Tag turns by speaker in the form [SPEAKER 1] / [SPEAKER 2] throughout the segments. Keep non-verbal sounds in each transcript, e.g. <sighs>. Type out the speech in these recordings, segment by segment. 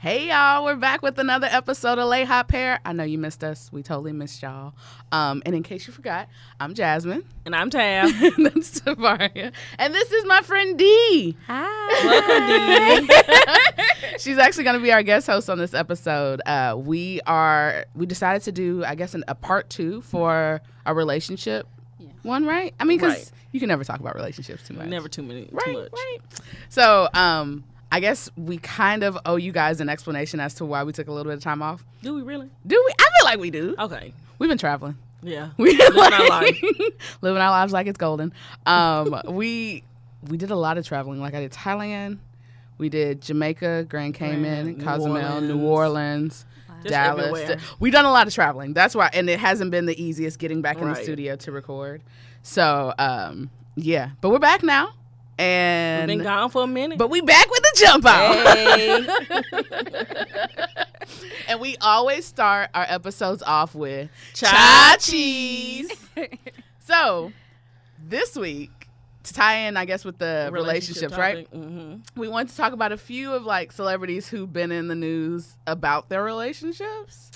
[SPEAKER 1] Hey y'all, we're back with another episode of Lay Hot Pair. I know you missed us. We totally missed y'all. Um, and in case you forgot, I'm Jasmine. <laughs>
[SPEAKER 2] And I'm Tab.
[SPEAKER 1] That's Tavaria. And this is my friend Dee.
[SPEAKER 2] Welcome, D.
[SPEAKER 1] <laughs> She's actually going to be our guest host on this episode. Uh, we are we decided to do, I guess, an, a part two for our relationship one, right? I mean, because
[SPEAKER 2] Right.
[SPEAKER 1] you can never talk about relationships too much.
[SPEAKER 2] Never too many,
[SPEAKER 1] right,
[SPEAKER 2] too much.
[SPEAKER 1] right. So, um, I guess we kind of owe you guys an explanation as to why we took a little bit of time off.
[SPEAKER 2] Do we really?
[SPEAKER 1] Do we? I feel like we do.
[SPEAKER 2] Okay.
[SPEAKER 1] We've been traveling. <laughs>
[SPEAKER 2] Yeah.
[SPEAKER 1] We
[SPEAKER 2] Living our life.
[SPEAKER 1] <laughs> living our lives like it's golden. Um, <laughs> we we did a lot of traveling. Like I did Thailand, we did Jamaica, Grand Cayman,
[SPEAKER 2] Grand, New
[SPEAKER 1] Cozumel, New Orleans,
[SPEAKER 2] Just
[SPEAKER 1] Dallas.
[SPEAKER 2] everywhere.
[SPEAKER 1] We done a lot of traveling. That's why, and it hasn't been the easiest getting back in the
[SPEAKER 2] Right.
[SPEAKER 1] studio to record. So um, yeah, but we're back now,
[SPEAKER 2] We've
[SPEAKER 1] and
[SPEAKER 2] been gone for a minute.
[SPEAKER 1] <laughs> but we back with the jump out.
[SPEAKER 2] hey.
[SPEAKER 1] <laughs> And we always start our episodes off with
[SPEAKER 2] Cha <laughs>
[SPEAKER 1] cheese. so this week, to tie in, I guess, with the relationships, right?
[SPEAKER 2] Mm-hmm.
[SPEAKER 1] We want to talk about a few of like celebrities who've been in the news about their relationships,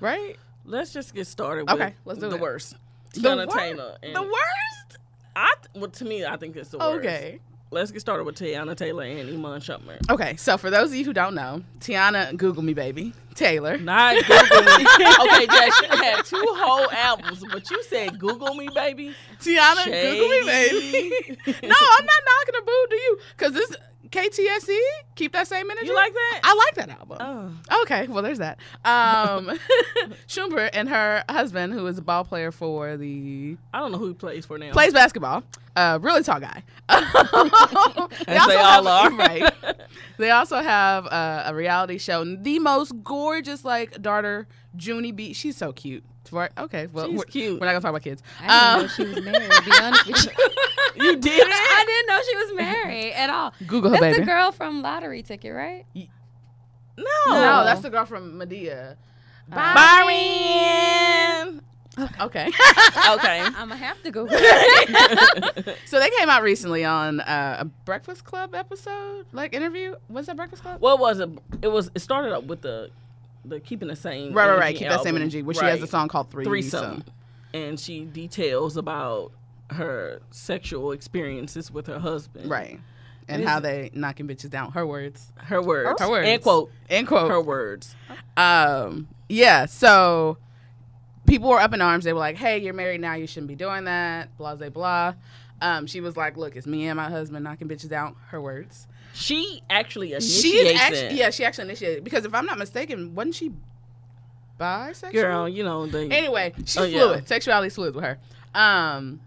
[SPEAKER 1] right?
[SPEAKER 2] Let's just get started with
[SPEAKER 1] Okay, let's do
[SPEAKER 2] the
[SPEAKER 1] it.
[SPEAKER 2] worst.
[SPEAKER 1] The
[SPEAKER 2] Tiana
[SPEAKER 1] wor-
[SPEAKER 2] Taylor. And
[SPEAKER 1] The worst.
[SPEAKER 2] I th- well, to me, I think it's the worst.
[SPEAKER 1] Okay.
[SPEAKER 2] Let's get started with Tiana Taylor and Iman Shumpert.
[SPEAKER 1] Okay. So for those of you who don't know, Tiana, Google me, baby. Taylor.
[SPEAKER 2] Not
[SPEAKER 1] <laughs>
[SPEAKER 2] Google me. okay, Jess, you had two whole albums, but you said Google me, baby.
[SPEAKER 1] Tiana, Google me, baby.
[SPEAKER 2] <laughs> Shady.
[SPEAKER 1] no, I'm not knocking her boo. Do you? Because this KTSE E, keep that same energy.
[SPEAKER 2] You like that?
[SPEAKER 1] I like that album.
[SPEAKER 2] Oh.
[SPEAKER 1] Okay, well, there's that. Um, <laughs> Schumer and her husband, who is a ball player for the
[SPEAKER 2] I don't know who he plays for now.
[SPEAKER 1] plays basketball, uh, really tall guy. <laughs> they
[SPEAKER 2] As
[SPEAKER 1] also
[SPEAKER 2] they all
[SPEAKER 1] have-
[SPEAKER 2] are. <laughs>
[SPEAKER 1] right. They also have uh, a reality show, and the most gorgeous like daughter, Junie B. She's so cute. For- Okay, well,
[SPEAKER 2] She's
[SPEAKER 1] we're,
[SPEAKER 2] cute.
[SPEAKER 1] we're not gonna talk about kids.
[SPEAKER 3] I didn't
[SPEAKER 1] Um,
[SPEAKER 3] know she was married. To be honest <laughs> with you.
[SPEAKER 2] you did <laughs> it.
[SPEAKER 3] I didn't know she was married at all.
[SPEAKER 1] Google her,
[SPEAKER 3] That's
[SPEAKER 1] baby.
[SPEAKER 3] the girl from Lottery Ticket, right?
[SPEAKER 2] No.
[SPEAKER 1] No, that's the girl from Medea.
[SPEAKER 3] Uh,
[SPEAKER 2] Byron.
[SPEAKER 1] Okay.
[SPEAKER 2] <laughs>
[SPEAKER 1] <laughs>
[SPEAKER 2] <laughs> Okay.
[SPEAKER 3] I'm gonna have to <laughs> Google. it.
[SPEAKER 1] so they came out recently on uh, a Breakfast Club episode, like interview. Was that Breakfast Club?
[SPEAKER 2] what was it? It was. It started up with the, the keeping the same.
[SPEAKER 1] right, right, right.
[SPEAKER 2] Energy
[SPEAKER 1] Keep that same
[SPEAKER 2] album.
[SPEAKER 1] energy. Where she
[SPEAKER 2] Right.
[SPEAKER 1] has a song called Three
[SPEAKER 2] threesome, and she details about her sexual experiences with her husband.
[SPEAKER 1] Right. And
[SPEAKER 2] Is-
[SPEAKER 1] how they knocking bitches down. Her words.
[SPEAKER 2] Her words.
[SPEAKER 1] Her words.
[SPEAKER 2] End quote.
[SPEAKER 1] End quote.
[SPEAKER 2] Her words.
[SPEAKER 1] Um, yeah, so people were up in arms. They were like, hey, you're married now. You shouldn't be doing that. Blah, blah, blah. Um, she was like, look, it's me and my husband knocking bitches out. Her words.
[SPEAKER 2] She actually initiates
[SPEAKER 1] She is
[SPEAKER 2] it.
[SPEAKER 1] actually, yeah, she actually initiated. Because if I'm not mistaken, wasn't she bisexual?
[SPEAKER 2] Girl, you know the
[SPEAKER 1] Anyway, she's
[SPEAKER 2] Oh, yeah.
[SPEAKER 1] fluid. Sexuality's fluid with her. Um,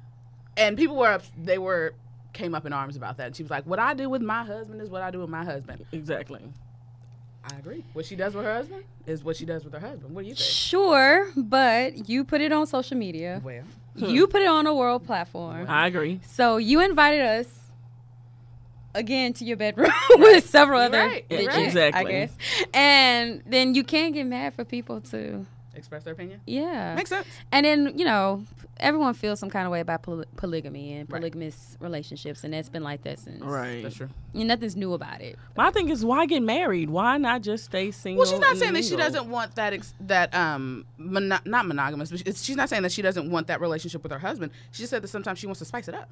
[SPEAKER 1] and people were up. They were came up in arms about that. And she was like, "What I do with my husband is what I do with my husband."
[SPEAKER 2] exactly.
[SPEAKER 1] I agree. What she does with her husband is what she does with her husband. What do you think?
[SPEAKER 3] sure, but you put it on social media.
[SPEAKER 1] Well,
[SPEAKER 3] You put it on a world platform.
[SPEAKER 2] I agree.
[SPEAKER 3] So you invited us again to your bedroom <laughs> with several
[SPEAKER 1] You're
[SPEAKER 3] other
[SPEAKER 1] right, you're
[SPEAKER 3] bitches,
[SPEAKER 1] right.
[SPEAKER 2] Exactly.
[SPEAKER 3] I guess. And then you can't get mad for people to,
[SPEAKER 1] express their opinion.
[SPEAKER 3] yeah.
[SPEAKER 1] Makes sense.
[SPEAKER 3] And then, you know, everyone feels some kind of way about poly- polygamy and
[SPEAKER 1] Right.
[SPEAKER 3] polygamous relationships, and that's been like that since.
[SPEAKER 2] Right.
[SPEAKER 1] That's true.
[SPEAKER 3] You know, nothing's new about it.
[SPEAKER 2] My thing is, why get married? Why not just stay single?
[SPEAKER 1] Well, she's not
[SPEAKER 2] and
[SPEAKER 1] saying that she
[SPEAKER 2] mingle?
[SPEAKER 1] doesn't want that ex- that um mono- not monogamous, but it's, she's not saying that she doesn't want that relationship with her husband. She just said that sometimes she wants to spice it up.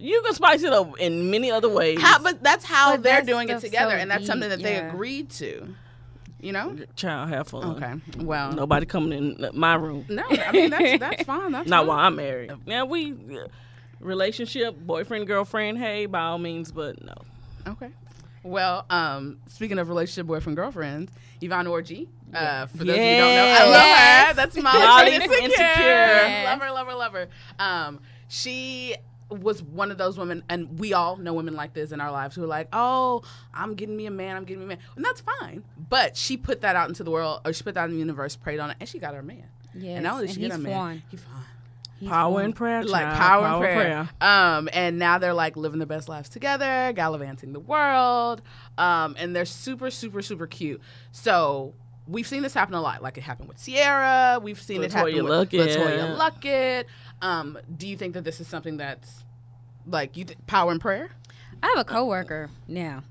[SPEAKER 2] You can spice it up in many other ways.
[SPEAKER 1] How, but that's how
[SPEAKER 3] But
[SPEAKER 1] they're
[SPEAKER 3] that's
[SPEAKER 1] doing it
[SPEAKER 3] stuff
[SPEAKER 1] together,
[SPEAKER 3] so
[SPEAKER 1] and that's something that
[SPEAKER 3] deep,
[SPEAKER 1] they
[SPEAKER 3] yeah.
[SPEAKER 1] agreed to. You know?
[SPEAKER 2] Child, have fun.
[SPEAKER 1] Okay. Well,
[SPEAKER 2] Nobody coming in my room.
[SPEAKER 1] No, I mean that's that's fine. That's
[SPEAKER 2] Not
[SPEAKER 1] fine.
[SPEAKER 2] while I'm married.
[SPEAKER 1] Mm-hmm.
[SPEAKER 2] Now we uh, relationship, boyfriend, girlfriend, hey, by all means, but no.
[SPEAKER 1] Okay. Well, um, speaking of relationship boyfriend girlfriends, Yvonne Orgy. Uh, for those of you who don't know, I love her.
[SPEAKER 3] Yes.
[SPEAKER 1] That's
[SPEAKER 2] Molly
[SPEAKER 1] Molly from
[SPEAKER 2] from
[SPEAKER 1] Insecure.
[SPEAKER 2] Insecure.
[SPEAKER 1] Love her, love her, love her. Um, she was one of those women, and we all know women like this in our lives who are like, "Oh, I'm getting me a man. I'm getting me a man," and that's fine. But she put that out into the world, or she put that in the universe, prayed on it, and she got her man.
[SPEAKER 3] Yes,
[SPEAKER 1] and not only did she
[SPEAKER 3] he's
[SPEAKER 1] get her man,
[SPEAKER 3] foreign.
[SPEAKER 1] he fine
[SPEAKER 3] He's
[SPEAKER 2] Power
[SPEAKER 3] foreign.
[SPEAKER 2] and prayer,
[SPEAKER 1] like
[SPEAKER 2] child.
[SPEAKER 1] power, and prayer. Um, and now they're like living their best lives together, gallivanting the world. Um, and they're super, super, super cute. So we've seen this happen a lot. Like it happened with Sierra. We've seen it happen
[SPEAKER 2] Latoya
[SPEAKER 1] with
[SPEAKER 2] Luckett.
[SPEAKER 1] Latoya Luckett. Um, do you think that this is something that's like you th- power and prayer?
[SPEAKER 3] I have a coworker now.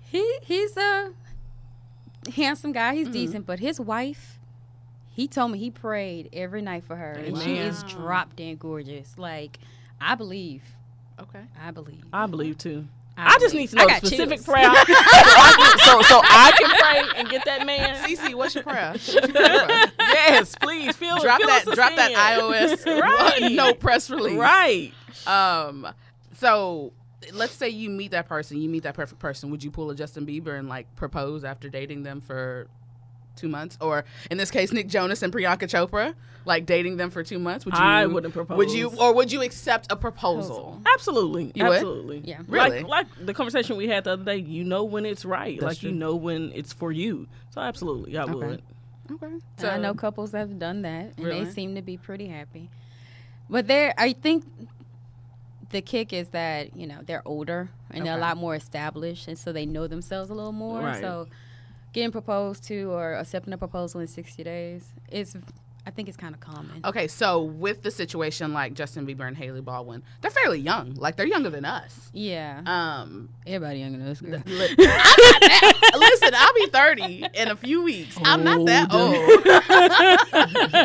[SPEAKER 3] he he's a handsome guy. He's decent, but his wife, he told me he prayed every night for her, and she is
[SPEAKER 1] Wow.
[SPEAKER 3] drop dead gorgeous. Like, I believe.
[SPEAKER 1] <laughs> Okay.
[SPEAKER 3] I believe.
[SPEAKER 2] I believe too.
[SPEAKER 3] I,
[SPEAKER 2] I, just need
[SPEAKER 3] believe.
[SPEAKER 2] to know
[SPEAKER 3] I got
[SPEAKER 2] specific
[SPEAKER 3] chills.
[SPEAKER 2] prayer, so, I can, so so I
[SPEAKER 1] <laughs>
[SPEAKER 2] can pray and get that man.
[SPEAKER 1] Cece, what's your prayer?
[SPEAKER 2] yes, please feel
[SPEAKER 1] drop
[SPEAKER 2] feel
[SPEAKER 1] that
[SPEAKER 2] us
[SPEAKER 1] drop that
[SPEAKER 2] in.
[SPEAKER 1] <laughs> iOS
[SPEAKER 2] right.
[SPEAKER 1] no press release.
[SPEAKER 2] right.
[SPEAKER 1] Um so let's say you meet that person, you meet that perfect person. Would you pull a Justin Bieber and like propose after dating them for two months? Or in this case, Nick Jonas and Priyanka Chopra, like dating them for two months? Would you
[SPEAKER 2] I wouldn't propose.
[SPEAKER 1] Would you or would you accept a proposal?
[SPEAKER 2] Absolutely.
[SPEAKER 1] You would?
[SPEAKER 2] Absolutely.
[SPEAKER 3] Yeah.
[SPEAKER 1] Really?
[SPEAKER 2] Like, like the conversation we had the other day, you know when it's right.
[SPEAKER 1] That's
[SPEAKER 2] like you
[SPEAKER 1] true.
[SPEAKER 2] know when it's for you. So absolutely, I would.
[SPEAKER 1] Okay.
[SPEAKER 3] And I know couples that have done that, and
[SPEAKER 1] Really?
[SPEAKER 3] they seem to be pretty happy. But there, I think the kick is that you know they're older and they're a
[SPEAKER 1] Okay.
[SPEAKER 3] lot more established, and so they know themselves a little more.
[SPEAKER 2] Right.
[SPEAKER 3] So getting proposed to or accepting a proposal in sixty days is, I think, it's kind of common.
[SPEAKER 1] Okay, so with the situation like Justin Bieber and Haley Baldwin, they're fairly young. Like they're younger than us.
[SPEAKER 3] Yeah,
[SPEAKER 1] Um,
[SPEAKER 3] everybody younger than us. Girl.
[SPEAKER 1] li- <laughs> I'm not that- listen, I'll be 30 in a few weeks. I'm not that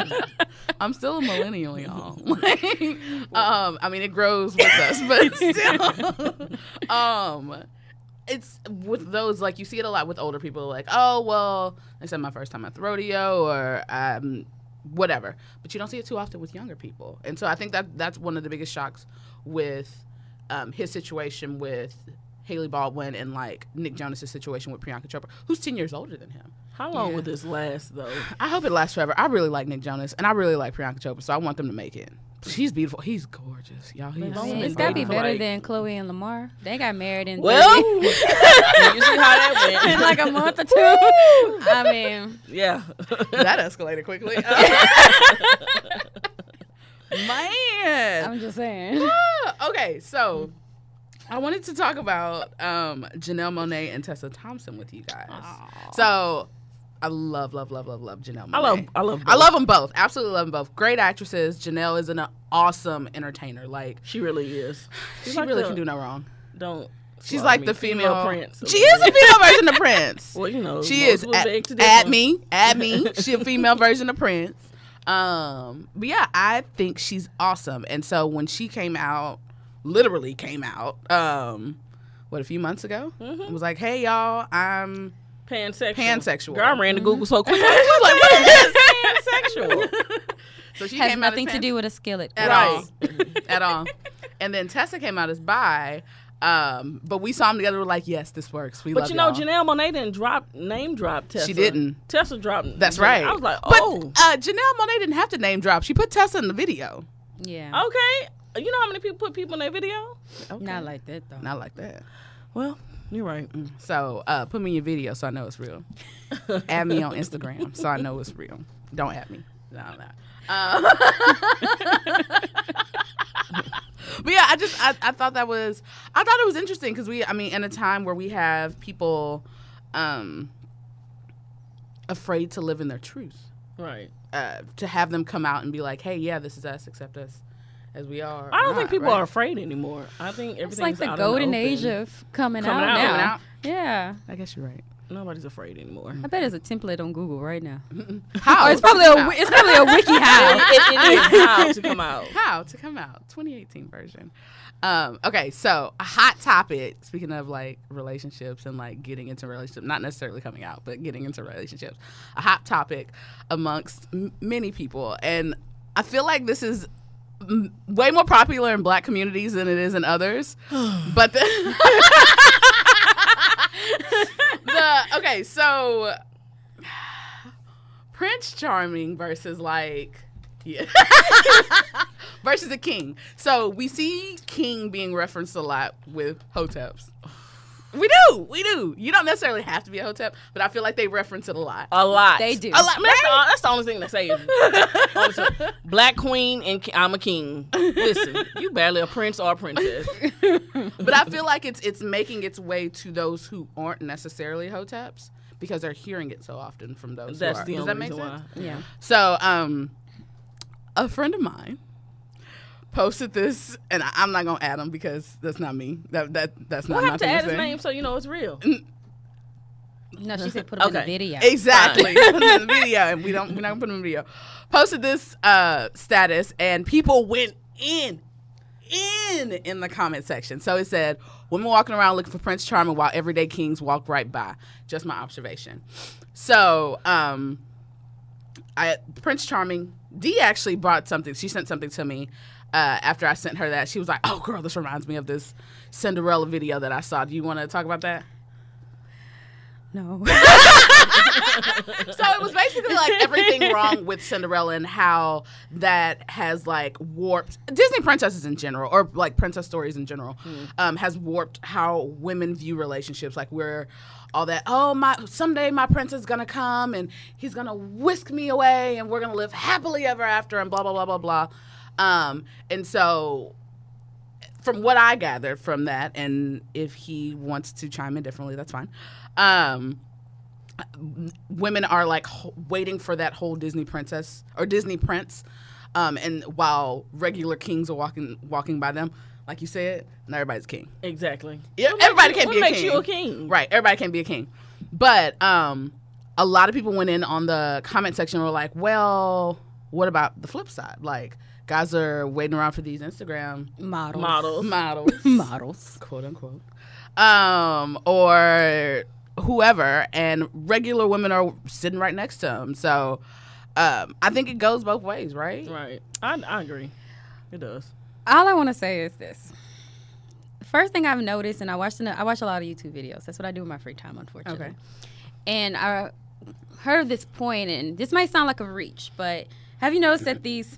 [SPEAKER 1] old. <laughs> I'm still a millennial, y'all. Like, um, I mean, it grows with us, but still. um, it's with those like you see it a lot with older people like oh well i said my first time at the rodeo or um whatever but you don't see it too often with younger people and so i think that that's one of the biggest shocks with um, his situation with haley baldwin and like nick jonas's situation with priyanka chopra who's 10 years older than him
[SPEAKER 2] How long
[SPEAKER 3] Yeah.
[SPEAKER 2] would this last though?
[SPEAKER 1] i hope it lasts forever i really like nick jonas and i really like priyanka chopra so i want them to make it she's beautiful he's gorgeous y'all he's
[SPEAKER 2] They've only
[SPEAKER 3] Man,
[SPEAKER 2] been
[SPEAKER 3] it's gotta be
[SPEAKER 2] dating for,
[SPEAKER 3] better
[SPEAKER 2] like-
[SPEAKER 3] than Chloe and Lamar. They got married in
[SPEAKER 2] Well,
[SPEAKER 3] 30
[SPEAKER 2] you see how that
[SPEAKER 1] <laughs>
[SPEAKER 2] went.
[SPEAKER 3] <laughs> in like a month or two. I mean,
[SPEAKER 2] <laughs> yeah.
[SPEAKER 1] <laughs> that escalated quickly Uh, man
[SPEAKER 3] I'm just saying.
[SPEAKER 1] <laughs> Ah, okay, so I wanted to talk about um, Janelle Monet and Tessa Thompson with you guys. So I love, love, love, love, love Janelle Monet.
[SPEAKER 2] I love. I love.
[SPEAKER 1] I love them both. Absolutely love them both. Great actresses. Janelle is an awesome entertainer. Like
[SPEAKER 2] She really is. She's
[SPEAKER 1] she
[SPEAKER 2] like
[SPEAKER 1] really
[SPEAKER 2] the-
[SPEAKER 1] can do no wrong.
[SPEAKER 2] Don't.
[SPEAKER 1] She's
[SPEAKER 2] slaughter
[SPEAKER 1] like
[SPEAKER 2] me.
[SPEAKER 1] the female,
[SPEAKER 2] prince.
[SPEAKER 1] She is a female version of Prince.
[SPEAKER 2] <laughs> Well, you know,
[SPEAKER 1] She
[SPEAKER 2] Moses
[SPEAKER 1] is
[SPEAKER 2] was big to
[SPEAKER 1] at,
[SPEAKER 2] this
[SPEAKER 1] at
[SPEAKER 2] one.
[SPEAKER 1] me, at me.
[SPEAKER 2] <laughs>
[SPEAKER 1] She a female version of Prince. Um, but yeah, I think she's awesome. And so when she came out, literally came out, um, what a few months ago,
[SPEAKER 2] Mhm.
[SPEAKER 1] was like, "Hey y'all, I'm."
[SPEAKER 2] Pansexual.
[SPEAKER 1] Pansexual.
[SPEAKER 2] Girl, I ran to
[SPEAKER 1] <laughs>
[SPEAKER 2] Google so quick.
[SPEAKER 1] I was like, "What is this?"
[SPEAKER 2] pansexual. <laughs>
[SPEAKER 1] so she
[SPEAKER 3] Has
[SPEAKER 1] came
[SPEAKER 3] nothing
[SPEAKER 1] out as
[SPEAKER 3] to
[SPEAKER 1] pan-
[SPEAKER 3] do with a skillet.
[SPEAKER 1] at all, at all. <laughs> And then Tessa came out as bi. Um, but we saw them together. We're like, "Yes, this works. We
[SPEAKER 2] But
[SPEAKER 1] love
[SPEAKER 2] you know,
[SPEAKER 1] y'all."
[SPEAKER 2] Janelle Monet didn't drop name drop Tessa.
[SPEAKER 1] didn't.
[SPEAKER 2] Tessa dropped.
[SPEAKER 1] That's
[SPEAKER 2] Janelle.
[SPEAKER 1] right.
[SPEAKER 2] I was like,
[SPEAKER 1] But
[SPEAKER 2] oh,
[SPEAKER 1] uh, Janelle Monet didn't have to name drop. She put Tessa in the video.
[SPEAKER 3] Yeah.
[SPEAKER 2] Oh, okay. You know how many people put people in their video?
[SPEAKER 3] Not like that though.
[SPEAKER 1] Not like that.
[SPEAKER 2] Well, you're right.
[SPEAKER 1] So uh, put me in your video so I know it's real. add me on Instagram so I know it's real. Don't add me. No, no. Uh, <laughs> but yeah, I just I, I thought that was I thought it was interesting because we I mean in a time where we have people um afraid to live in their truth
[SPEAKER 2] <laughs> Right.
[SPEAKER 1] uh, to have them come out and be like hey yeah this is us accept us as we are
[SPEAKER 2] I
[SPEAKER 1] or
[SPEAKER 2] don't think
[SPEAKER 1] not,
[SPEAKER 2] people
[SPEAKER 1] right?
[SPEAKER 2] are afraid anymore. I think
[SPEAKER 3] It's
[SPEAKER 2] everything's
[SPEAKER 3] like the
[SPEAKER 2] out in
[SPEAKER 3] golden
[SPEAKER 2] the
[SPEAKER 3] age
[SPEAKER 2] open.
[SPEAKER 3] of coming,
[SPEAKER 2] Coming
[SPEAKER 3] out,
[SPEAKER 2] out.
[SPEAKER 3] now.
[SPEAKER 1] Coming out.
[SPEAKER 3] Yeah.
[SPEAKER 1] I guess you're right
[SPEAKER 2] Nobody's afraid anymore.
[SPEAKER 3] I bet there's a template on Google right now.
[SPEAKER 1] how
[SPEAKER 3] Oh, it's probably a wi- it's probably a wiki how.
[SPEAKER 2] <laughs> it, it is how to come out.
[SPEAKER 1] How to come out 2018 version. Um, okay, so a hot topic. Speaking of like relationships and like getting into relationships, not necessarily coming out, but getting into relationships, a hot topic amongst m- many people, and I feel like this is m- way more popular in Black communities than it is in others. but the, <laughs> the okay, so Prince Charming versus like
[SPEAKER 2] <laughs>
[SPEAKER 1] yeah. versus a king. So we see king being referenced a lot with hoteps. We do, we do. You don't necessarily have to be a hotep, but I feel like they reference it <laughs> a lot.
[SPEAKER 2] A lot.
[SPEAKER 3] They do.
[SPEAKER 2] A lot. That's, the, that's the only thing that
[SPEAKER 1] <laughs>
[SPEAKER 2] saves. Black queen and ki- I'm a king. Listen, you barely a prince or
[SPEAKER 1] <laughs>
[SPEAKER 2] a princess.
[SPEAKER 1] but I feel like it's it's making its way to those who aren't necessarily hoteps because they're hearing it so often from those. who
[SPEAKER 2] That's
[SPEAKER 1] are.
[SPEAKER 2] the
[SPEAKER 1] Does
[SPEAKER 2] only
[SPEAKER 1] that make
[SPEAKER 2] reason
[SPEAKER 1] sense?
[SPEAKER 2] why.
[SPEAKER 3] Yeah.
[SPEAKER 1] So, um, a friend of mine posted this, and I, I'm not gonna add him because that's not me. That that that's
[SPEAKER 2] What
[SPEAKER 1] not my
[SPEAKER 2] happened to
[SPEAKER 1] thing
[SPEAKER 2] add his
[SPEAKER 1] say.
[SPEAKER 2] name so you know it's real?
[SPEAKER 3] No, she said put them in the
[SPEAKER 2] Okay.
[SPEAKER 3] video.
[SPEAKER 1] Exactly. Put them in the video, and we don't. We're not gonna put them in the video. Posted this uh, status, and people went in, in in the comment section. So it said, "Women walking around looking for Prince Charming while everyday kings walk right by." Just my observation. So, um, I Prince Charming D actually brought something. She sent something to me. Uh, after I sent her that, she was like, "Oh, girl, this reminds me of this Cinderella video that I saw. Do you want to talk about that?"
[SPEAKER 3] No.
[SPEAKER 1] <laughs> so it was basically like everything wrong with Cinderella and how that has like warped Disney princesses in general, or like princess stories in general, um, has warped how women view relationships. Like we're all that. Oh my! Someday my prince is gonna come and he's gonna whisk me away, and we're gonna live happily ever after, and blah blah blah blah blah. Um, and so from what I gathered from that, and if he wants to chime in differently, that's fine. Um, women are like ho- waiting for that whole Disney princess or Disney prince, um, and while regular kings are walking walking by them, like you said, not everybody's king.
[SPEAKER 2] Exactly.
[SPEAKER 1] Yeah,
[SPEAKER 2] What
[SPEAKER 1] everybody
[SPEAKER 2] makes you-
[SPEAKER 1] can't be
[SPEAKER 2] what
[SPEAKER 1] a
[SPEAKER 2] makes
[SPEAKER 1] king.
[SPEAKER 2] you a king?
[SPEAKER 1] Right, everybody can't be a king, but um, a lot of people went in on the comment section and were like, well, what about the flip side? Like guys are waiting around for these Instagram
[SPEAKER 3] Models.
[SPEAKER 1] <laughs>
[SPEAKER 2] Models.
[SPEAKER 1] models.
[SPEAKER 3] Models.
[SPEAKER 1] quote unquote, um, or whoever, and regular women are sitting right next to him. So um, I think it goes both ways, right?
[SPEAKER 2] Right. I, I agree. It does.
[SPEAKER 3] All I want to say is this. First thing I've noticed, and I watched, I watch a lot of YouTube videos. That's what I do in my free time, unfortunately.
[SPEAKER 1] Okay.
[SPEAKER 3] And I heard this point, and this might sound like a reach, but have you noticed that these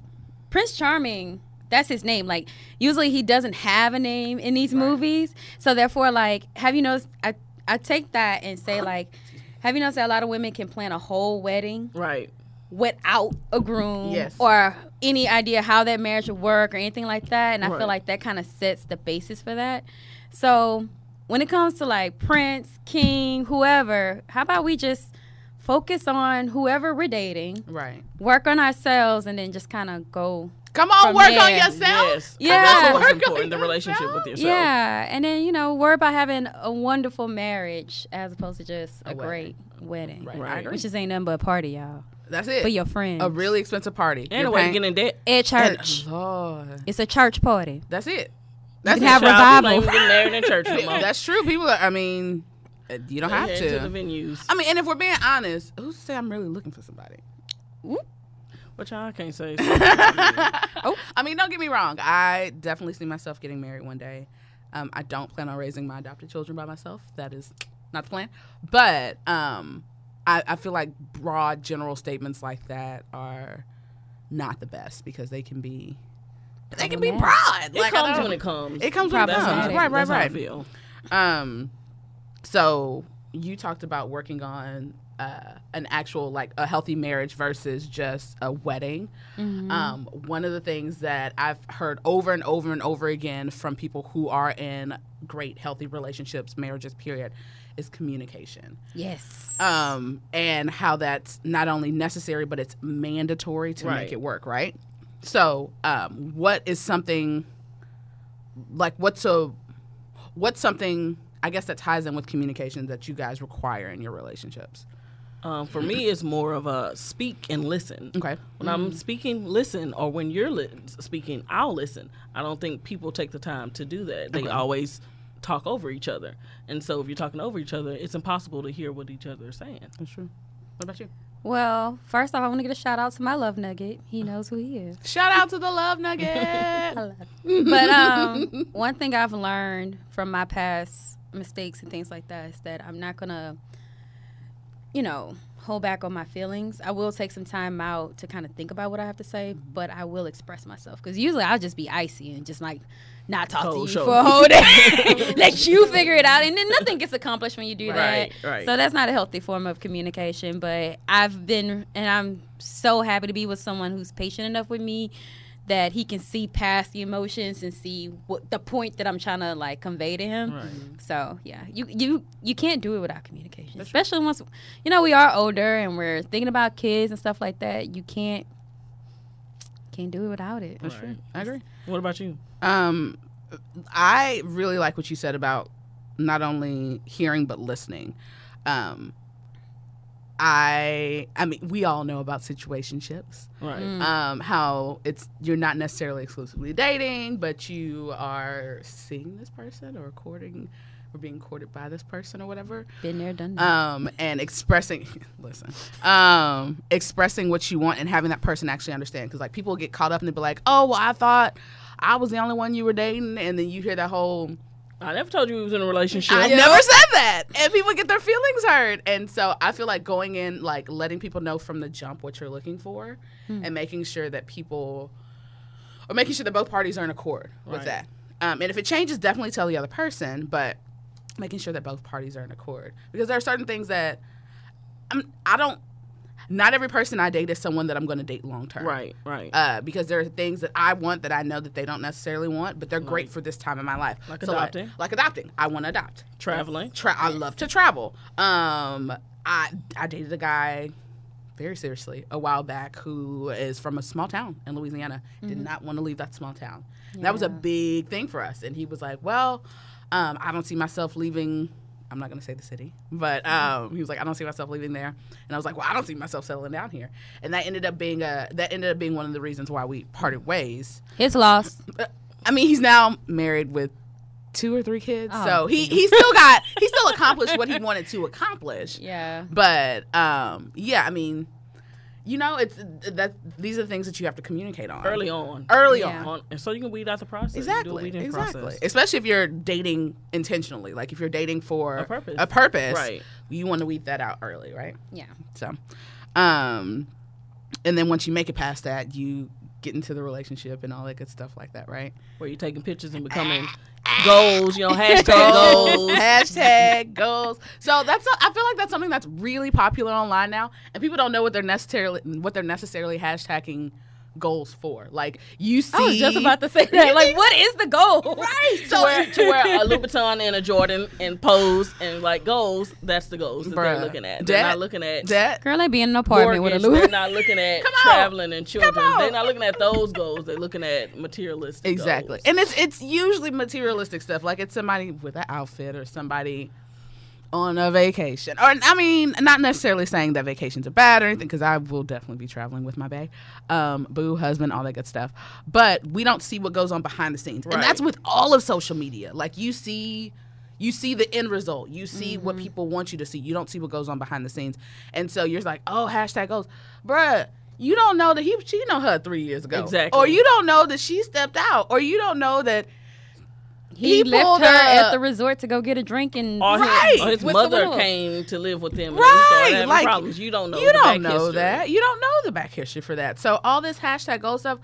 [SPEAKER 3] Prince Charming, that's his name. Like usually he doesn't have a name in these movies, so therefore, like, have you noticed? I I take that and say like, have you noticed that a lot of women can plan a whole wedding
[SPEAKER 2] Right.
[SPEAKER 3] without a groom
[SPEAKER 1] Yes.
[SPEAKER 3] or any idea how that marriage would work or anything like that. And I
[SPEAKER 2] Right.
[SPEAKER 3] feel like that kind of sets the basis for that. So when it comes to like prince, king, whoever, how about we just focus on whoever we're dating,
[SPEAKER 1] Right.
[SPEAKER 3] work on ourselves, and then just kind of go.
[SPEAKER 1] Come on,
[SPEAKER 3] From
[SPEAKER 1] work on
[SPEAKER 3] there,
[SPEAKER 1] yourself.
[SPEAKER 2] Yes.
[SPEAKER 3] Yeah.
[SPEAKER 2] That's what's
[SPEAKER 1] Work on
[SPEAKER 2] important. The relationship
[SPEAKER 1] yourself.
[SPEAKER 2] with yourself.
[SPEAKER 3] Yeah. And then, you know, worry about having a wonderful marriage as opposed to just a,
[SPEAKER 1] A
[SPEAKER 3] great wedding.
[SPEAKER 1] Right.
[SPEAKER 2] Right.
[SPEAKER 1] I agree.
[SPEAKER 3] Which just ain't nothing but a party, y'all.
[SPEAKER 1] That's it.
[SPEAKER 3] For your friends.
[SPEAKER 1] a really expensive party.
[SPEAKER 2] And
[SPEAKER 1] You're
[SPEAKER 2] a way to
[SPEAKER 1] paying-
[SPEAKER 2] get in debt.
[SPEAKER 3] At
[SPEAKER 1] And-
[SPEAKER 3] church.
[SPEAKER 1] Lord.
[SPEAKER 3] It's a church party.
[SPEAKER 1] That's it. That's
[SPEAKER 3] can have
[SPEAKER 1] it.
[SPEAKER 3] a-
[SPEAKER 2] Child,
[SPEAKER 3] Revival.
[SPEAKER 2] people ain't even getting
[SPEAKER 1] <laughs>
[SPEAKER 2] married in church no more.
[SPEAKER 1] That's true. People. Are, I mean, uh, you don't have
[SPEAKER 2] Head
[SPEAKER 1] to.
[SPEAKER 2] the venues.
[SPEAKER 1] I mean, and if we're being honest, who's to say I'm really looking for somebody?
[SPEAKER 3] Whoop.
[SPEAKER 2] But y'all can't say.
[SPEAKER 1] <laughs> Oh, I mean, don't get me wrong. I definitely see myself getting married one day. Um, I don't plan on raising my adopted children by myself. That is not the plan. But um, I, I feel like broad, general statements like that are not the best because they can be they can be broad.
[SPEAKER 2] It
[SPEAKER 1] Like, I
[SPEAKER 2] comes
[SPEAKER 1] don't-
[SPEAKER 2] when it comes.
[SPEAKER 1] It comes when it
[SPEAKER 2] That's how I
[SPEAKER 1] comes.
[SPEAKER 2] feel.
[SPEAKER 1] Right, right,
[SPEAKER 2] That's how I
[SPEAKER 1] right.
[SPEAKER 2] feel.
[SPEAKER 1] Um, so you talked about working on uh, an actual like a healthy marriage versus just a wedding. Um, one of the things that I've heard over and over and over again from people who are in great healthy relationships, marriages, period, is communication
[SPEAKER 3] Yes.
[SPEAKER 1] um, and how that's not only necessary but it's mandatory to
[SPEAKER 2] Right.
[SPEAKER 1] make it work, right? So, um, what is something like what's a what's something I guess that ties in with communication that you guys require in your relationships?
[SPEAKER 2] Um, for me, it's more of a speak and listen.
[SPEAKER 1] Okay,
[SPEAKER 2] When I'm
[SPEAKER 1] Mm-hmm.
[SPEAKER 2] speaking, listen, or when you're li- speaking, I'll listen. I don't think people take the time to do that. They always talk over each other. And so if you're talking over each other, it's impossible to hear what each other is saying.
[SPEAKER 1] that's true. What about you?
[SPEAKER 3] Well, first off, I want to get a shout out to my love nugget. He knows who he is.
[SPEAKER 1] Shout out to the Love <laughs> Nugget.
[SPEAKER 3] But um, one thing I've learned from my past mistakes and things like that is that I'm not gonna, you know, hold back on my feelings. I will take some time out to kind of think about what I have to say, but I will express myself because usually I'll just be icy and just like not talk
[SPEAKER 2] Cold
[SPEAKER 3] to you
[SPEAKER 2] shoulder.
[SPEAKER 3] for a whole
[SPEAKER 2] <laughs>
[SPEAKER 3] day, <laughs> let you figure it out, and then nothing gets accomplished when you do
[SPEAKER 2] Right,
[SPEAKER 3] that.
[SPEAKER 2] right.
[SPEAKER 3] So that's not a healthy form of communication. But I've been, and I'm so happy to be with someone who's patient enough with me that he can see past the emotions and see what the point that I'm trying to like convey to him. So yeah, you you you can't do it without communication, especially once you know we are older and we're thinking about kids and stuff like that. You can't can't do it without it.
[SPEAKER 1] That's true. I agree.
[SPEAKER 2] What about you?
[SPEAKER 1] Um, I really like what you said about not only hearing but listening. Um, I I mean we all know about situationships.
[SPEAKER 2] Right.
[SPEAKER 3] Mm.
[SPEAKER 1] Um, how it's you're not necessarily exclusively dating, but you are seeing this person or courting or being courted by this person or whatever.
[SPEAKER 3] Been there, done that.
[SPEAKER 1] Um, and expressing <laughs> listen. Um, expressing what you want and having that person actually understand cuz like people get caught up and they be like, "Oh, well, I thought I was the only one you were dating." And then you hear that whole
[SPEAKER 2] I never told you we was in a relationship.
[SPEAKER 1] I never said that. And people get their feelings hurt. And so I feel like going in, like letting people know from the jump what you're looking for and making sure that people, or making sure that both parties are in accord with
[SPEAKER 2] Right.
[SPEAKER 1] that. Um, and if it changes, definitely tell the other person, but making sure that both parties are in accord. Because there are certain things that I'm, I don't, not every person I date is someone that I'm going to date long term
[SPEAKER 2] Right, right.
[SPEAKER 1] uh, because there are things that I want that I know that they don't necessarily want, but they're great for this time in my life.
[SPEAKER 2] Like adopting?
[SPEAKER 1] Like, adopting. I want to adopt.
[SPEAKER 2] Traveling.
[SPEAKER 1] Tra- I love to travel. Um, I I dated a guy very seriously a while back who is from a small town in Louisiana. Did not want to leave that small town. And That was a
[SPEAKER 3] Yeah.
[SPEAKER 1] big thing for us, and he was like, "Well, um, I don't see myself leaving." I'm not gonna say the city, but um, he was like, "I don't see myself leaving there," and I was like, "Well, I don't see myself settling down here," and that ended up being a that ended up being one of the reasons why we parted ways.
[SPEAKER 3] His loss.
[SPEAKER 1] I mean, he's now married with two or three kids,
[SPEAKER 3] Oh,
[SPEAKER 1] so he he still got he
[SPEAKER 2] <laughs>
[SPEAKER 1] still accomplished what he wanted to accomplish.
[SPEAKER 3] Yeah.
[SPEAKER 1] But um, yeah, I mean, you know, it's that these are the things that you have to communicate on
[SPEAKER 2] Early on.
[SPEAKER 1] early
[SPEAKER 3] Yeah.
[SPEAKER 1] on.
[SPEAKER 2] on. And so you can weed out the process. You do a
[SPEAKER 1] Exactly.
[SPEAKER 2] weeding
[SPEAKER 1] Exactly.
[SPEAKER 2] process.
[SPEAKER 1] Especially if you're dating intentionally, like if you're dating for
[SPEAKER 2] A purpose.
[SPEAKER 1] a purpose,
[SPEAKER 2] Right.
[SPEAKER 1] You want to weed that out early, right?
[SPEAKER 3] Yeah.
[SPEAKER 1] So, um, and then once you make it past that, you get into the relationship and all that good stuff like that, right?
[SPEAKER 2] Where you're taking pictures
[SPEAKER 1] <laughs>
[SPEAKER 2] and becoming goals, you know, hashtag goals.
[SPEAKER 1] Hashtag goals. So that's I feel like that's something that's really popular online now, and people don't know what they're necessarily what they're necessarily hashtagging goals for. Like you see,
[SPEAKER 3] I was just about to say that. Like, what is
[SPEAKER 1] <laughs>
[SPEAKER 3] the goal? Right.
[SPEAKER 2] to wear, to wear a Louboutin and a Jordan and pose and like goals. That's the goals that
[SPEAKER 1] Bruh.
[SPEAKER 2] they're looking at. They're
[SPEAKER 1] That-
[SPEAKER 2] not looking at
[SPEAKER 1] that
[SPEAKER 3] Girl, I be in an apartment
[SPEAKER 2] mortgage.
[SPEAKER 3] with a
[SPEAKER 2] They're
[SPEAKER 3] Louis.
[SPEAKER 2] not looking
[SPEAKER 1] <laughs>
[SPEAKER 2] at
[SPEAKER 1] Come on.
[SPEAKER 2] traveling and children.
[SPEAKER 1] on.
[SPEAKER 2] They're not looking at those goals. They're looking at materialistic.
[SPEAKER 1] Exactly.
[SPEAKER 2] goals.
[SPEAKER 1] And it's it's usually materialistic stuff. Like it's somebody with an outfit or somebody on a vacation. Or I mean, not necessarily saying that vacations are bad or anything, because I will definitely be traveling with my bae, um, boo, husband, all that good stuff. But we don't see what goes on behind the scenes, and
[SPEAKER 2] Right.
[SPEAKER 1] that's with all of social media. Like you see. You see the end result. You see
[SPEAKER 2] Mm-hmm.
[SPEAKER 1] what people want you to see. You don't see what goes on behind the scenes, and so you're like, "Oh, hashtag goes, bruh." You don't know that he cheated on her three years ago,
[SPEAKER 2] Exactly.
[SPEAKER 1] Or you don't know that she stepped out, or you don't know that
[SPEAKER 3] He,
[SPEAKER 1] He pulled
[SPEAKER 3] left her
[SPEAKER 1] up.
[SPEAKER 3] at the resort to go get a drink and
[SPEAKER 2] Or his,
[SPEAKER 1] Right.
[SPEAKER 2] or his
[SPEAKER 3] With
[SPEAKER 2] mother
[SPEAKER 3] someone else.
[SPEAKER 2] came to live with them.
[SPEAKER 1] Right.
[SPEAKER 2] And he started having
[SPEAKER 1] Like,
[SPEAKER 2] problems. You don't know.
[SPEAKER 1] you
[SPEAKER 2] the
[SPEAKER 1] don't
[SPEAKER 2] back
[SPEAKER 1] know
[SPEAKER 2] history.
[SPEAKER 1] that. You don't know the back history for that. So all this hashtag gold stuff,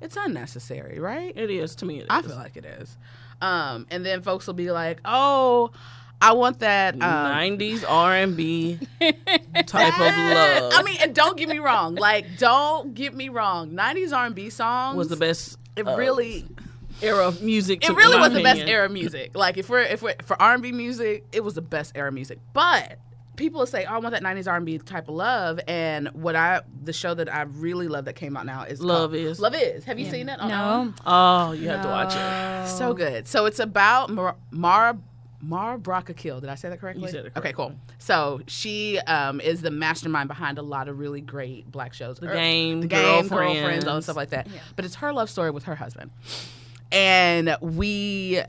[SPEAKER 1] it's unnecessary, right?
[SPEAKER 2] It is to me. It
[SPEAKER 1] I
[SPEAKER 2] is.
[SPEAKER 1] feel like it is. Um, and then folks will be like, "Oh, I want that." Um,
[SPEAKER 2] 90s
[SPEAKER 1] <laughs>
[SPEAKER 2] R&B type of love
[SPEAKER 1] I mean, and don't get me wrong. Like, don't get me wrong. '90s R&B songs
[SPEAKER 2] was the best
[SPEAKER 1] It
[SPEAKER 2] uh,
[SPEAKER 1] really,
[SPEAKER 2] era of music. to-
[SPEAKER 1] it
[SPEAKER 2] in
[SPEAKER 1] really
[SPEAKER 2] my
[SPEAKER 1] was the best
[SPEAKER 2] opinion.
[SPEAKER 1] era of music.
[SPEAKER 2] <laughs>
[SPEAKER 1] Like, if we're if we're for R&B music, it was the best era of music. But people will say, "Oh, I want that '90s R&B type of love." And what I the show that I really love that came out now is
[SPEAKER 2] Love
[SPEAKER 1] called
[SPEAKER 2] is.
[SPEAKER 1] Love is. Have you seen it? on
[SPEAKER 3] No.
[SPEAKER 2] Oh, you have to watch it.
[SPEAKER 1] So good. So it's about Mar- Mara Mara Brockakil. Did I say that correctly?
[SPEAKER 2] You said it
[SPEAKER 1] Okay, cool. So she um, is the mastermind behind a lot of really great black shows. Er, The
[SPEAKER 2] Er, Game,
[SPEAKER 1] the game,
[SPEAKER 2] Girlfriends.
[SPEAKER 1] girlfriends, all that stuff like that. But it's her love story with her husband, and we.